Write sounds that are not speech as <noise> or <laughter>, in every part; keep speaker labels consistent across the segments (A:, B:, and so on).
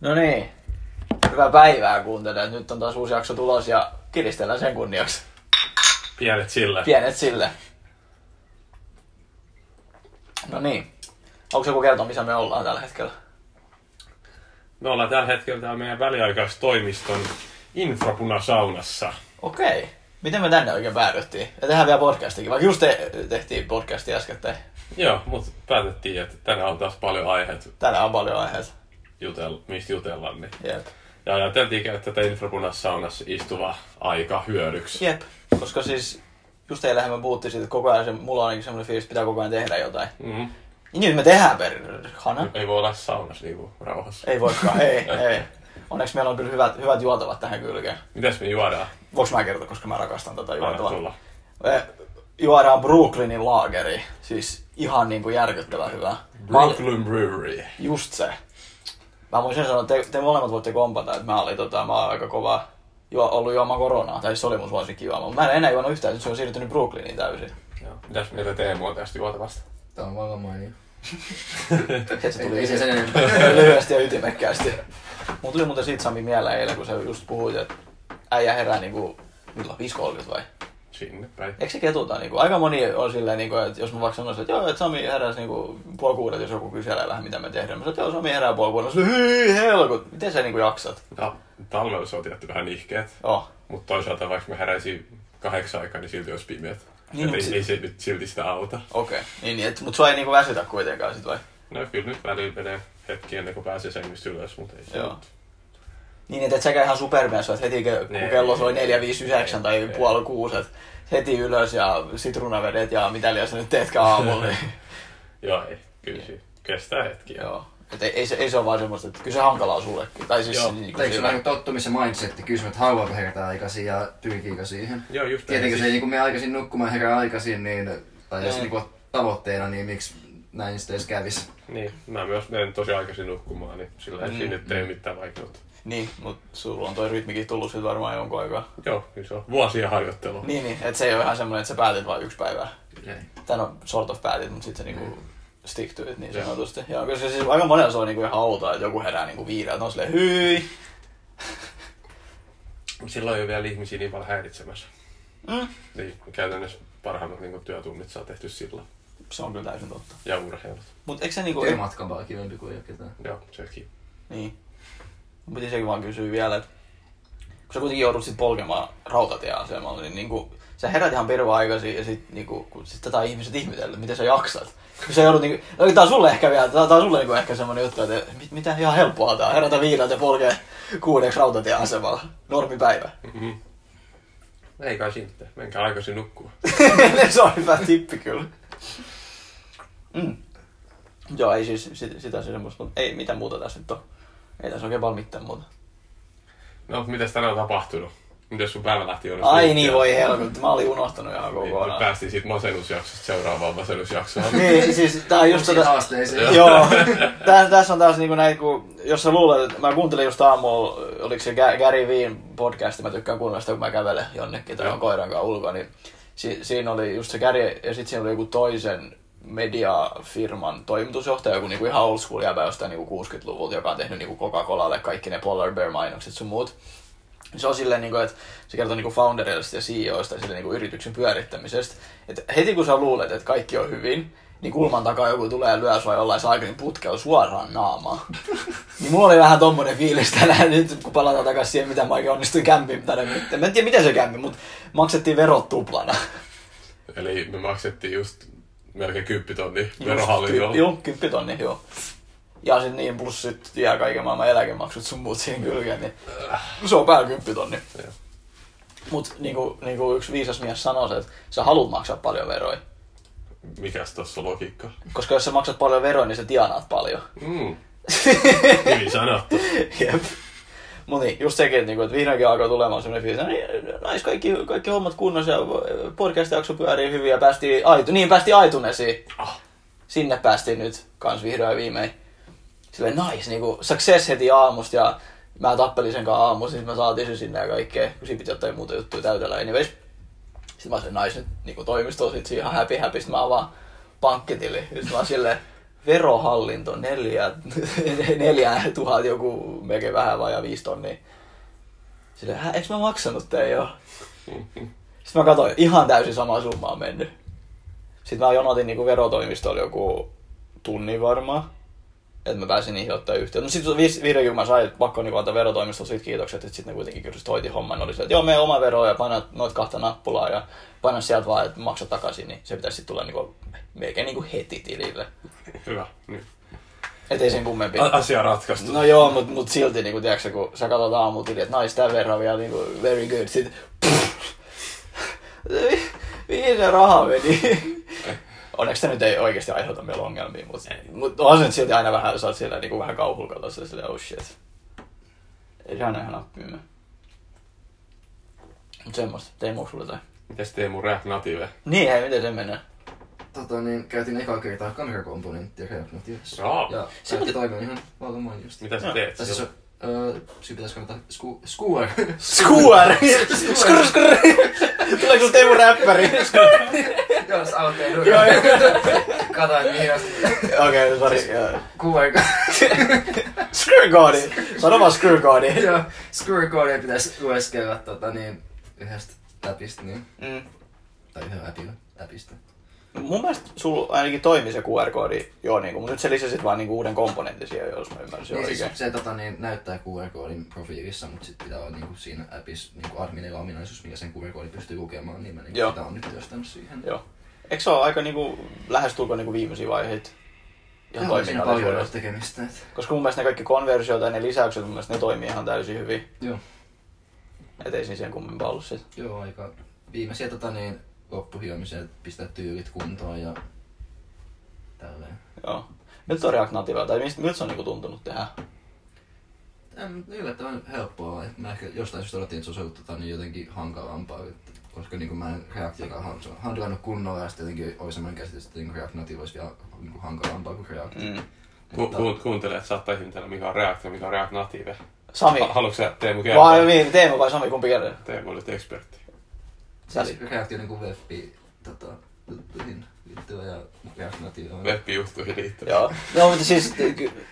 A: No niin. Hyvää päivää kuuntelijat. Nyt on taas uusi jakso tulos ja kiristellään sen kunniaksi.
B: Pienet sillä.
A: Pienet sille. No niin. Onko joku kertoa, missä me ollaan tällä hetkellä?
B: Me ollaan tällä hetkellä täällä meidän väliaikaistoimiston infrapunasaunassa.
A: Okei. Miten me tänne oikein päädyttiin? Ja tehdään vielä podcastikin, vaikka just te- tehtiin podcasti äsken.
B: Joo, mutta päätettiin, että tänään on taas paljon aiheita,
A: Tänään on paljon aiheita.
B: jutella, mistä jutellaan. Niin.
A: Jep.
B: Ja ajateltiin käyttää tätä infrapunassaunassa istuva aika hyödyksi.
A: Jep. Koska siis just eilähän me puhuttiin siitä, että koko ajan se, mulla on ainakin semmoinen fiilis, että pitää koko ajan tehdä jotain.
B: Mm.
A: Ja nyt me tehdään perhana.
B: Ei voi olla saunassa niinku rauhassa.
A: Ei voikaan, ei, ei. Onneksi meillä on kyllä hyvät, hyvät juotavat tähän kylkeen.
B: Mitäs me juodaan?
A: Voinko mä kertoa, koska mä rakastan tätä
B: Anna
A: juotavaa?
B: tulla.
A: Eh, Juodaan Brooklynin laageri. Siis ihan niin kuin järkyttävän hyvä. Mä olin,
B: Brooklyn Brewery.
A: just se. Mä voisin sanoa, että te, te molemmat voitte kompata, että mä olin, tota, mä olin aika kova juo, ollut juoma koronaa. Tai siis se oli mun suosikki juoma. Mutta Mä en enää juonut yhtään, nyt se on siirtynyt Brooklyniin täysin.
B: Joo. Mitäs mieltä Teemu on tästä juotavasta?
C: Tää on vallan mainio.
A: Sieltä se
C: Ei,
A: tuli
C: ei se sen enempää.
A: lyhyesti ja ytimekkäästi. Mulla tuli muuten siitä Sami mieleen eilen, kun sä just puhuit, että äijä herää niinku, milloin 5.30 vai?
B: Sinne päin.
A: Eikö se ketuta? Niinku, aika moni on silleen, niinku, että jos mä vaikka sanoisin, että joo, että Sami heräsi niinku, puoli kuudet, jos joku kyselee vähän, mitä me tehdään. Mä sanoin, että joo, Sami herää puoli kuudet. Mä sanoin, hyi helkut, miten sä niinku jaksat?
B: Ta- talvella se on tietty vähän nihkeet.
A: Joo.
B: Mutta toisaalta vaikka mä heräisin kahdeksan aikaa, niin silti olisi pimeät.
A: Niin,
B: Niin,
A: mut si-
B: ei, ei se nyt silti sitä auta.
A: Okei, okay. niin, niin et, mut sua ei niinku väsytä kuitenkaan sit vai?
B: No kyllä nyt välillä menee hetki ennen kuin pääsee sängystä ylös, mutta ei se
A: Joo.
B: nyt.
A: Niin, että et säkään ihan supermies, että heti ke- kun
B: Ei,
C: Niin.
A: kello soi
B: ei,
A: 4.59 tai
B: ei.
A: puoli kuusi, et heti ylös ja sitruunavedet ja mitä liian sä nyt teetkään aamulla. Niin,
C: <laughs>
B: Joo, ei. Kyllä se kestää hetki.
A: joo. Et ei, ei, se, ei se ole vaan semmoista, että kyllä se hankalaa sullekin. Tai siis
B: Joo.
A: niinku
C: Eikö se
A: sillä-
C: ole tottumisen mindsetti kysymys, että haluaako herätä aikaisin ja pyrkiikö siihen?
B: Joo, just näin.
C: Tietenkin se ei
B: Siis-
C: niin mene aikaisin nukkumaan herää aikaisin, niin, tai jos
A: Ei.
C: niin tavoitteena, niin miksi näin sitten edes kävisi?
B: Niin, mä myös menen tosi aikaisin nukkumaan, niin sillä ei
A: Mm.
B: siinä nyt ei mitään vaikeutta.
A: Niin, mutta sulla on toi rytmikin tullut sit varmaan jonkun aikaa.
B: Joo, kyllä se on vuosia harjoittelua.
A: Niin, niin että se ei ole ihan semmoinen, että sä päätit vain yksi päivä.
C: Ei.
A: Tän on sort of päätit, mutta sitten se niinku stick to it niin
B: Joo.
A: sanotusti. Joo, koska siis aika monella se on niinku ihan outoa, että joku herää niinku viideltä, on silleen hyi.
B: Silloin ei ole vielä ihmisiä niin paljon häiritsemässä.
A: Mm.
B: Niin, käytännössä parhaimmat niin työtunnit saa tehty sillä
A: Se on kyllä täysin totta.
B: ja urheilut.
A: Mutta eikö se niinku...
C: Työmatkan vaan kivempi kuin ei ole ketään.
B: Joo, sekin.
A: Niin. Mun Piti sekin vaan kysyä vielä, että kun sä kuitenkin joudut sit polkemaan rautatieasemalle, niin niinku, sä herät ihan pirva aikaisin ja sit, niinku, kun sit tätä on ihmiset ihmetellyt, miten sä jaksat. Kun sä joudut niinku, no tää on sulle ehkä vielä, tää, tää on sulle niinku ehkä semmonen juttu, että mit, mitä ihan helppoa tää on, herätä viideltä ja polkee kuudeksi rautatieasemalla. Normipäivä. <laughs>
B: Mm-hmm. Ei kai siltä. Menkää aikaisin nukkua.
A: Se on hyvä tippi kyllä. Mm. Joo, ei siis sit, sitä se semmoista, mutta ei mitään muuta tässä nyt on. Ei tässä oikein paljon mitään muuta.
B: No, mutta mitäs tänään on tapahtunut? Mitäs sun päivä lähti onnistunut?
A: Ai niin, voi helkutti. Mä olin unohtanut ihan
B: Niin, nyt
A: kokonaan.
B: päästiin siitä masennusjaksosta seuraavaan masennusjaksoon.
A: Niin, siis tää on just
C: Uusiin
A: tota... <laughs>
C: haasteisiin.
A: Joo. Tää, tässä on taas niinku näitä, kun, jos sä luulet, että mä kuuntelin just aamulla, oliko se Ga- Gary Veen podcasti, mä tykkään kuunnella sitä, kun mä kävelen jonnekin tai
B: Joo.
A: on koiran kanssa ulkoa, niin si, siinä oli just se Gary, ja sitten siinä oli joku toisen mediafirman toimitusjohtaja, joku niinku ihan old school jäbä jostain niinku 60-luvulta, joka on tehnyt niinku Coca-Colalle kaikki ne Polar Bear-mainokset sun muut. Se on silleen, niinku, että se kertoo niinku foundereista ja CEOista ja sille niinku yrityksen pyörittämisestä. Et heti kun sä luulet, että kaikki on hyvin, niin kulman takaa joku tulee ja lyö sua jollain saakelin putkella suoraan naamaan. niin mulla oli vähän tommonen fiilis tänään nyt, kun palataan takaisin siihen, mitä mä oikein onnistuin kämpiin tänne. Mä en tiedä, miten se kämpi, mutta maksettiin verot tuplana.
B: Eli me maksettiin just melkein kymppitonni
A: Ky-
B: verohallinnolla.
A: Joo, kymppitonni, joo. Ja sitten niin, plus sit jää kaiken maailman eläkemaksut sun muut siihen kylkeen, niin se on päällä kymppitonni.
B: Joo.
A: Mut niinku, niinku yksi viisas mies sanoi, että sä haluat maksaa paljon veroja.
B: Mikäs tossa logiikka?
A: Koska jos sä maksat paljon veroja, niin sä tienaat paljon. <laughs>
B: Mm. Hyvin sanottu.
A: Jep. Mut niin, just sekin, että, niinku, että vihdoinkin alkoi tulemaan semmoinen fiilis, että niin, nais, kaikki, kaikki hommat kunnossa, ja podcast-jakso pyörii hyvin ja päästiin, aitu, niin päästiin aitunesiin.
B: Ah,
A: Sinne päästiin nyt kans vihdoin ja viimein. Silleen nais, niinku success heti aamusta ja mä tappelin sen kanssa aamusta, siis mä saatiin se sinne ja kaikkea, kun siinä piti jotain muuta juttuja täytellä. Anyways, niin sitten mä olin nais nyt niinku toimistoon sit siinä ihan happy happy, sit mä avaan pankkitili. Sit mä oon silleen, verohallinto neljä, <laughs> neljä tuhat joku, melkein vähän vajaa viisi tonnia. Silleen, hä, eikö mä maksanut tän jo?
B: Mm.
A: Sitten mä katsoin, ihan täysin sama summa on mennyt. Sitten mä jonotin niinku verotoimistolla joku tunni varmaan. Että mä pääsin niihin ottaa yhteyttä. No sit vi- vihdoinkin kun mä sain, että pakko niinku antaa verotoimistolle siitä kiitokset, että sitten ne kuitenkin kyllä sit hoiti homman. Ne Oli se, että joo, me oma vero ja paina noit kahta nappulaa ja paina sieltä vaan, että maksa takaisin, niin se pitäisi sitten tulla niinku, melkein niinku heti tilille.
B: Hyvä. Niin.
A: Et ei sen kummempi.
B: A- Asia ratkaistu.
A: No joo, mutta mut silti, niinku, tiiäksä, kun sä katsot aamutili, että nais tämän verran vielä, niinku, very good, sit <laughs> pff, vi- mihin se raha meni? <laughs> Onneksi tämä nyt ei oikeasti aiheuta meillä ongelmia, mutta
B: Ei.
A: mut on se nyt silti aina vähän, sä oot siellä niinku, vähän kauhulla katsossa, silleen, oh shit. Ei se aina ihan nappiimme. Mut semmoista, Teemu sulle tai.
B: Mites Teemu React Native?
A: Niin, hei, miten se menee?
C: Tota, niin käytin ekaa kertaa kamerakomponenttia React-notiivissa.
B: Raa.
C: Ja
A: Se
C: se
A: mitä-
C: toimii ihan vallan mainiosti.
B: Mitä sä
A: Joo.
B: teet?
C: Tai siis
B: sillä?
C: on, öö, syy pitäisi kannata sku, skuar. <laughs>
A: <laughs> Skuar! Skur, skur! Tuleeko sulla Teemu räppäri?
C: Joo, se auttoi
A: Joo, joo.
C: Kata, että mihin asti.
A: <laughs> Okei, sori. joo.
C: Kuvar. <laughs>
A: Screwguardi! Sano vaan Screwguardi.
C: Joo, skuar-koodia pitäisi lueskella tota niin yhdestä läpistä niin.
A: Mm.
C: Tai yhden läpillä läpistä.
A: Mun mielestä sulla ainakin toimi se QR-koodi, joo, niinku, mutta nyt sä lisäsit vaan niinku uuden komponentin siihen, jos mä ymmärsin
C: Niin, siis
A: oikein.
C: se tota, niin, näyttää QR-koodin profiilissa, mutta sitten pitää olla niinku, siinä appissa niinku adminilla ominaisuus, mikä sen QR-koodin pystyy lukemaan, niin mä niinku,
A: Joo.
C: sitä on nyt työstänyt siihen.
A: Joo. Eikö se ole aika niinku, lähestulkoon niinku viimeisiä vaiheita? Ihan
C: Joo, siinä paljon
A: toiminnallisuudesta.
C: vielä tekemistä. Et.
A: Koska mun mielestä ne kaikki konversiot ja ne lisäykset, mun mielestä ne toimii ihan täysin hyvin.
C: Joo.
A: Et ei siinä sen kummempaa ollut sit.
C: Joo, aika viimeisiä tota, niin, loppuhiomiseen pistää tyylit kuntoon ja tälleen.
A: Joo. Miltä on React Nativea, tai mistä- miltä se on niinku tuntunut tehdä?
C: Tämä on yllättävän helppoa. et Mä ehkä jostain syystä odotin, että se olisi ollut tota, niin jotenkin hankalampaa. et- koska niin mä en reaktiokaan handlannut kunnolla ja sitten jotenkin oli sellainen käsitys, että niin React Native olisi vielä niin hankalampaa kuin React.
A: Mm.
B: Ku- kuun- Kuuntele, että saattaa ihmetellä, mikä on React ja mikä on React Native.
A: Sami.
B: Ha- Haluatko sä Teemu kertoa?
A: Vai niin, Teemu vai Sami, kumpi kerran?
B: Teemu olit ekspertti.
A: Sä
C: Siis React on niinku webbi tota, juttuihin liittyvä ja React Native on.
B: Web-juttuihin liittyen.
A: Joo. No, mutta siis t- ky-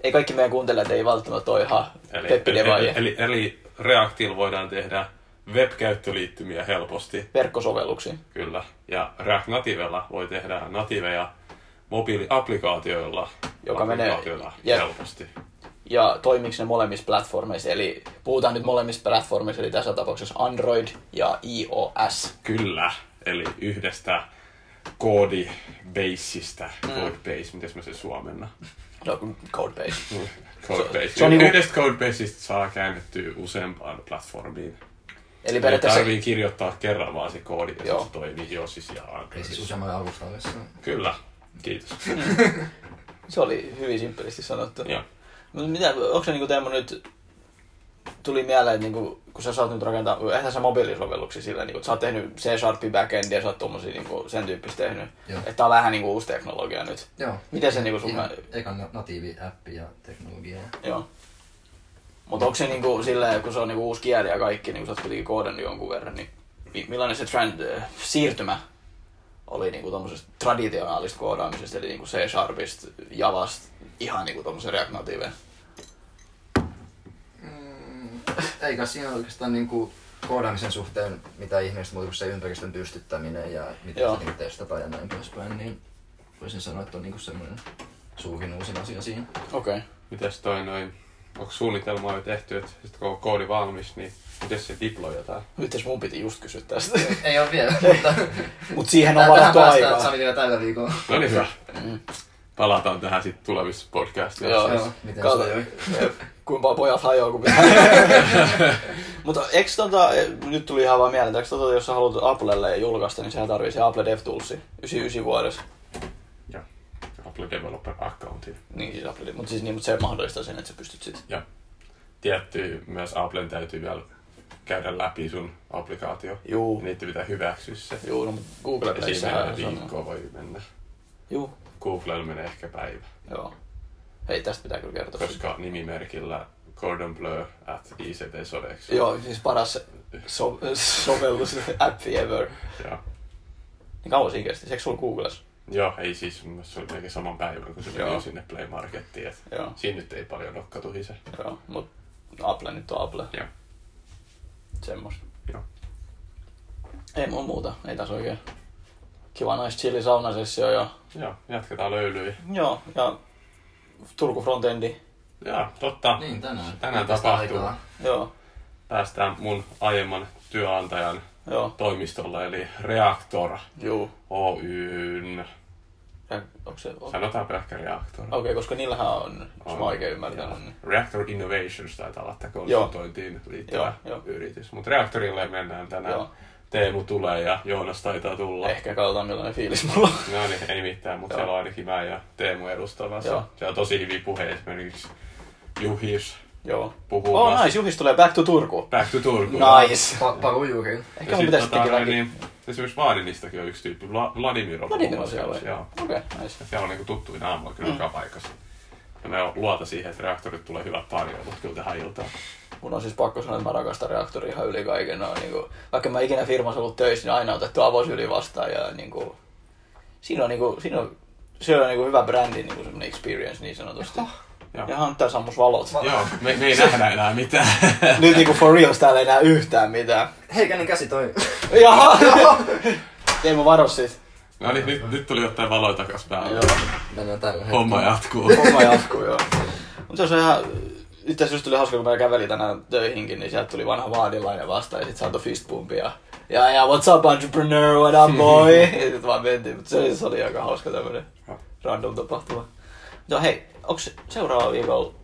A: ei kaikki meidän kuuntelijat ei välttämättä ole ihan
B: Eli, eli,
A: peppidevaajia
B: eli, eli Reactilla voidaan tehdä web-käyttöliittymiä helposti,
A: verkkosovelluksiin.
B: kyllä. Ja React Nativella voi tehdä nativeja mobiiliaplikaatioilla
A: Joka menee-
B: applikaatioilla
A: jep.
B: helposti.
A: Ja toimiks ne molemmissa platformeissa, eli puhutaan nyt molemmissa platformeissa, eli tässä tapauksessa Android ja iOS.
B: Kyllä, eli yhdestä koodibeissistä, mm. codebase, miten mä sen
A: <laughs>
B: suomenna?
A: No, codebase.
B: Codebase.
A: se on niinku-
B: Yhdestä codebaseista saa käännettyä useampaan platformiin.
A: Eli
B: Ei
A: periaatteessa...
B: tarvii kirjoittaa kerran vaan se koodi, ja
A: Joo.
B: se toimii jo siis ja
C: Ei siis
B: Androidissa.
C: useammalla alustalla. jossa on.
B: Kyllä, kiitos.
A: Se oli hyvin simppelisti sanottu.
B: Joo.
A: Mutta mitä, onko se niinku Teemu nyt tuli mieleen, että niinku, kun sä saat nyt rakentaa, eihän sä mobiilisovelluksia sillä, niinku, että sä oot tehnyt C-Sharpin backendia, sä oot tommosia niinku, sen tyyppistä tehnyt.
C: Joo.
A: Että tää on vähän niinku uusi teknologia nyt.
C: Joo.
A: Miten se niinku sun
C: Ihan
A: mä-
C: eka na- natiivi appi ja teknologia.
A: Joo. Mutta onko se niinku silleen, kun se on niinku uusi kieli ja kaikki, niin kun sä oot kuitenkin koodannut jonkun verran, niin mi- millainen se trend, äh, siirtymä oli niinku tommosesta traditionaalista koodaamisesta, eli niinku C-Sharpista, Javasta, ihan niinku tommosen React Nativeen?
C: Mm, eikä siinä oikeastaan niinku koodaamisen suhteen mitä ihmeistä muuta kuin se ympäristön pystyttäminen ja miten
A: Joo.
C: sitä niinku testataan ja näin poispäin, niin voisin sanoa, että on niinku semmoinen suurin uusin asia siinä.
A: Okei. Okay.
B: Mites toi noin, onko suunnitelmaa jo tehty, että sit kun on koodi valmis, niin miten se diploi jotain?
A: Mites mun piti just kysyä tästä? <laughs>
C: Ei ole vielä, mutta
A: Mut siihen on
C: tähän
A: varattu
C: päästään
A: aikaa.
C: Sami vielä tällä viikolla.
B: No niin hyvä.
A: Mm.
B: Palataan tähän sitten tulevissa podcastissa.
A: Joo.
C: Joo, miten se
A: Kato,
C: oli?
A: <laughs> kuinka pojat hajoaa, kun pitää.
C: <laughs>
A: Mutta eks tota, nyt tuli ihan vaan mieleen, että eks tota, jos sä haluat Applelle julkaista, niin sehän tarvii se Apple DevToolsi 99 vuodessa.
B: Ja Apple Developer Accountin.
A: Niin, siis Apple, mutta siis niin, mutta se mahdollistaa sen, että sä pystyt sit.
B: Ja tietty, myös Applen täytyy vielä käydä läpi sun applikaatio.
A: Juu. Niin.
B: Niitä pitää hyväksyä se.
A: Juu, no, mut Google
B: Ja siinä
A: Playssä
B: menee viikko voi mennä.
A: Juu,
B: Googlella menee ehkä päivä,
A: joo. Hei, tästä pitää kyllä kertoa.
B: koska nimimerkillä Gordon Blur at ICT Sodex.
A: Joo, siis paras so- sovellus, <laughs> appi ever.
B: Joo.
A: Niin kauan siinä kesti, eikö sulla Googles?
B: Joo, ei siis, mun mielestä se oli melkein saman päivän, kun se
A: Joo.
B: meni sinne Play Markettiin. Et
A: Joo,
B: siinä nyt ei paljon nokka tuhise.
A: joo. Mut Apple nyt on Apple.
B: Joo.
A: Semmosta.
B: Joo.
A: Ei mulla muuta. Ei tässä oikein. Kiva nice chilli saunasessio ja...
B: Joo, jatketaan löylyä.
A: Joo, ja Turku Frontendi.
B: Joo, totta.
C: Niin, tänään.
B: Tänään
C: Tästä
B: tapahtuu.
C: aikaa.
A: Joo,
B: Päästään mun aiemman työantajan
A: joo,
B: toimistolla, eli Reaktor
A: juu.
B: Oyn.
A: Ja Onko se... Okei,
B: Sanotaan pelkkä Reaktor.
A: okay, koska niillähän Oh, on, jos mä
B: On.
A: oikein ymmärtänyt, niin...
B: Reactor Innovations taitaa olla tämä konsultointiin liittyvä
A: Joo, joo.
B: yritys. Mutta Reaktorille mennään tänään.
A: Joo.
B: Teemu tulee ja Joonas taitaa tulla.
A: Ehkä katsotaan millainen fiilis mulla on.
B: No niin, ei mitään, mutta
A: Joo.
B: siellä on ainakin mä ja Teemu edustamassa.
A: Joo.
B: Siellä on tosi hyviä puheita esimerkiksi Juhis
A: <laughs> Joo.
B: puhuu
A: Oh,
B: vasta-
A: nice, Juhis tulee back to Turku.
B: Back to Turku.
A: Nice.
C: Pa- paru juuriin.
A: Ehkä mun pitäisi tekin
B: tota,
A: läpi.
B: niin, esimerkiksi Vaadinistakin on yksi tyyppi, Vla- Vladimir on
A: Vladimir
B: puhumassa
A: siellä
B: kanssa,
A: oli.
B: Joo.
A: Okei, nice.
B: Ja Siellä on niinku tuttuja naamoja kyllä
A: Mm.
B: joka paikassa. Ja me luota siihen, että reaktorit tulee hyvät tarjoulut kyllä tähän iltaan.
A: Mun on siis pakko sanoa, että mä rakastan reaktoria ihan yli kaiken. No, niin kuin, vaikka mä ikinä firmassa ollut töissä, niin aina on otettu avosyyli vastaan. Ja, niin kuin, siinä on, niin kuin, siinä on, se on niin kuin hyvä brändi, niin kuin semmoinen experience niin sanotusti.
B: Joo.
A: Ja Hunter sammus valot.
B: Joo, me, me ei nähdä enää mitään.
A: <laughs>
B: <laughs>
A: Nyt niin kuin for reals täällä ei näe yhtään mitään.
C: Heikänen käsi <laughs> toi.
A: Jaha! Teemu varo sit.
B: No niin, nyt, nyt tuli jotain valoja takas päälle.
A: Joo.
C: Mennään tällä
B: Homma
C: hetkellä.
B: jatkuu.
A: Homma jatkuu, joo. Mutta se on ihan... Itse asiassa just tuli hauska, kun mä kävelin tänään töihinkin, niin sieltä tuli vanha vaadilainen vastaan ja sit saatoi fistpumpi ja... Ja, ja, what's up entrepreneur, what up boy? ja sit vaan mentiin, mutta se, se oli aika hauska tämmönen
B: Joo.
A: random tapahtuma. Joo hei, onks seuraava viikolla...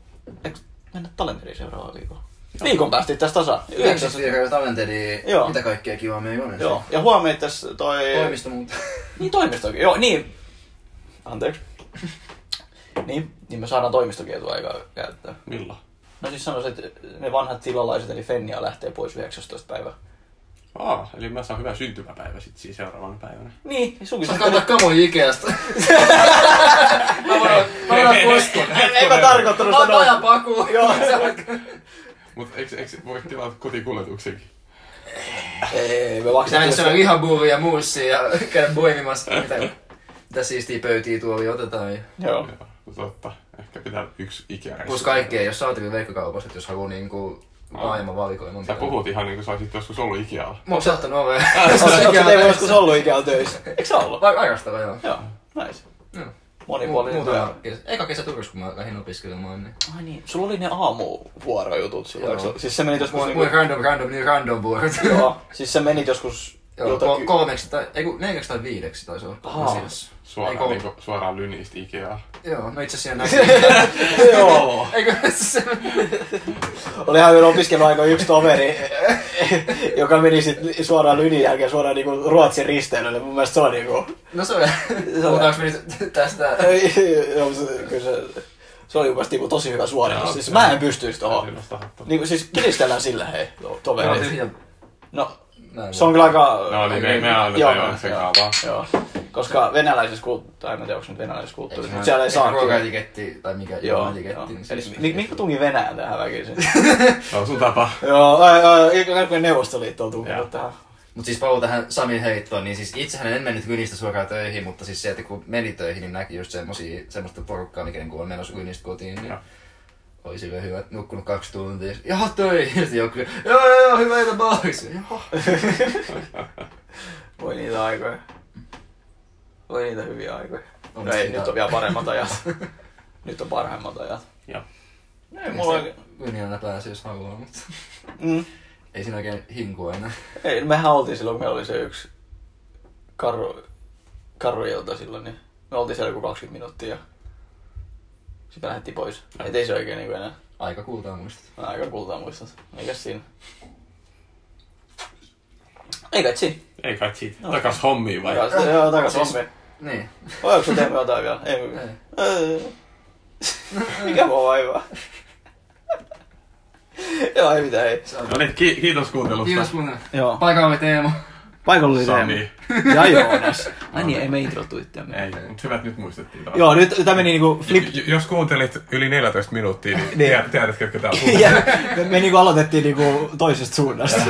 A: Eiks mennä talenteriin seuraava viikolla? Viikon päästä itse asiassa tasa.
C: Yhdeksäs viikon Taventeli.
A: Joo.
C: Mitä kaikkea kivaa meidän on ensin.
A: Joo, ja huomenna tässä toi...
C: Toimisto muuta.
A: <laughs> Niin toimistokin, joo, niin. Anteeksi. <laughs> Niin, niin me saadaan toimistokietua aikaa käyttää.
B: Milloin?
A: No siis sanoisin, että ne vanhat tilalaiset eli Fennia lähtee pois 19. päivä.
B: Aa, eli mä saan hyvän syntymäpäivä sitten siinä seuraavana päivänä.
A: Niin, sunkin
C: Sä kantaa kamoja Ikeasta. Mä voin, mä voin poskun.
A: En mä tarkoittanut sitä
C: Antaa ja
A: noin.
C: paku.
A: Joo.
B: Mutta eikö, eikö voi tilata kotikuljetuksenkin?
A: Ei, me
C: Sä
A: maksetaan.
C: menet syödä lihabuuria ja muussia ja käydä boimimassa.
B: Äh.
C: Mitä, mitä siistiä pöytiä tuoli otetaan. Ja...
A: Joo.
B: Joo, totta. Ehkä pitää yksi ikäreissu.
C: Plus kaikkea, jos saatavilla veikkokaupassa, että jos haluaa niinku laajemman valikoiman.
B: Sä puhut ihan niin kuin sä olisit joskus ollut Ikealla.
C: Mä oon saattanut ovea.
A: Onko teillä joskus ollut ikään töissä? Eikö se ollut?
C: Vai arvostava, joo.
A: Joo, nice.
C: Joo.
A: Monipuolinen työ.
C: Muutama kesä. Eka kesä Turussa, kun mä lähdin opiskelemaan, niin...
A: Ai niin, sulla oli ne aamuvuorojutut silloin. eikö
C: Joo.
A: se- Siis sä menit joskus...
C: Mulla
A: niinku-
C: mulla random, random, niin random vuorot.
A: Joo, siis sä menit joskus...
C: <laughs> Joo,
A: jotakin-
C: ko- kolmeksi tai, ei kun neljäksi tai viideksi taisi olla.
A: Ahaa.
C: Asiassa. Ei
B: Suoraan,
C: kolme.
B: niin kuin, suoraan lynistä Ikeaa.
C: Joo, no itse asiassa näin.
A: Joo.
C: <laughs> Eikö se...
A: Olihan meillä opiskeluaika yksi toveri, <laughs> joka meni sit suoraan lynin jälkeen suoraan niinku Ruotsin risteilylle. Mun mielestä se on niinku...
C: No se on... Puhutaanko me nyt tästä?
A: Joo, se- kyllä se, se oli mun mielestä niinku tosi hyvä suoritus.
B: Joo,
A: Siis
B: kyllä.
A: mä en pystyisi tohon.
B: Niin,
A: Niinku siis kiristellään sillä hei, to- toverit.
C: Tyhjä-
A: No,
C: näin
A: se on kyllä aika...
B: no niin, me, me
A: Joo,
B: annetaan Joonaksen
A: joo.
B: kaavaa.
A: Joo. Koska venäläisessä kulttuurissa, tai en mä tiedä, onko se nyt venäläisessä
C: Eikö
A: kulttuurissa,
C: se
A: mutta siellä ei
C: ole-
A: saa
C: eikö
A: kyllä.
C: ruokaetiketti tai mikä
A: Joo, joo.
C: etiketti, niin se-
A: Eli mi- miksi mä tungin Venäjän tähän
B: <laughs>
A: väkisin?
B: Se on sun tapa.
A: Joo, ai, ai, eikö Neuvostoliitto on
B: Joo.
A: tunkenut
B: <laughs>
A: tähän?
C: Mut siis paluu tähän Samin heittoon, niin siis itsehän en mennyt kynistä suoraan töihin, mutta siis se, että kun meni töihin, niin näki just semmosia, semmoista porukkaa, mikä niin on menossa kynistä kotiin, niin
B: Joo.
C: oli silleen hyvä, että nukkunut kaksi tuntia. Jaha, töihin! Sitten joku, joo, joo, joo, hyvä ilta baarissa. Jaha.
A: Voi niitä aikoja. Voi niitä hyviä aikoja.
C: On
A: No ei,
C: sitä-
A: nyt on vielä paremmat ajat. <laughs> nyt on parhaimmat ajat.
B: Joo.
A: No Ei mulla
C: Ja
A: oikein.
C: se Yni aina pääsee, jos haluaa, mutta
A: Mm.
C: ei siinä oikein hinkua enää.
A: Ei, mehän oltiin silloin, kun meillä oli se yksi karru, karruilta silloin, niin me oltiin siellä joku 20 minuuttia. Sitten me lähdettiin pois.
B: Joo.
A: Et ei se oikein niin enää.
C: Aika kultaa muista.
A: Mä aika kultaa muistat. Mikäs siinä? Ei kai siinä.
B: Ei kai siitä. Takas hommiin vai?
A: Takas- No. Joo, takas
C: Siis-
A: hommiin.
C: Niin.
A: Vai onko se tehnyt jotain vielä? Ei,
C: Ei.
A: Öö. Mikä mua vaivaa? Joo, ei mitään, ei.
C: Se on-
B: No niin, ki- kiitos
C: Kiitos
B: kuuntelusta.
C: kuunnella.
A: Joo.
C: Paikalla oli Teemu.
A: Paikalla oli
B: Sami.
A: Ja Joonas. Ai niin, ei me introtu itseämme.
B: Ei, mutta hyvä, että nyt muistettiin. taas.
A: Joo, nyt tämä meni niinku flip...
B: J- Jos kuuntelit yli 14 minuuttia, niin
A: Niin.
B: tiedät- tiedätkö,
A: <laughs>
B: ketä on puhunut.
A: Ja me, me niinku aloitettiin niinku toisesta suunnasta.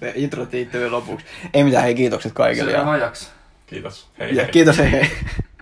A: Me introttiin itse vielä lopuksi. Ei mitään, hei kiitokset kaikille.
C: Se on
A: Ja
C: ajaksi.
D: Kiitos. Hei
A: Ja,
D: hei.
A: kiitos, hei hei.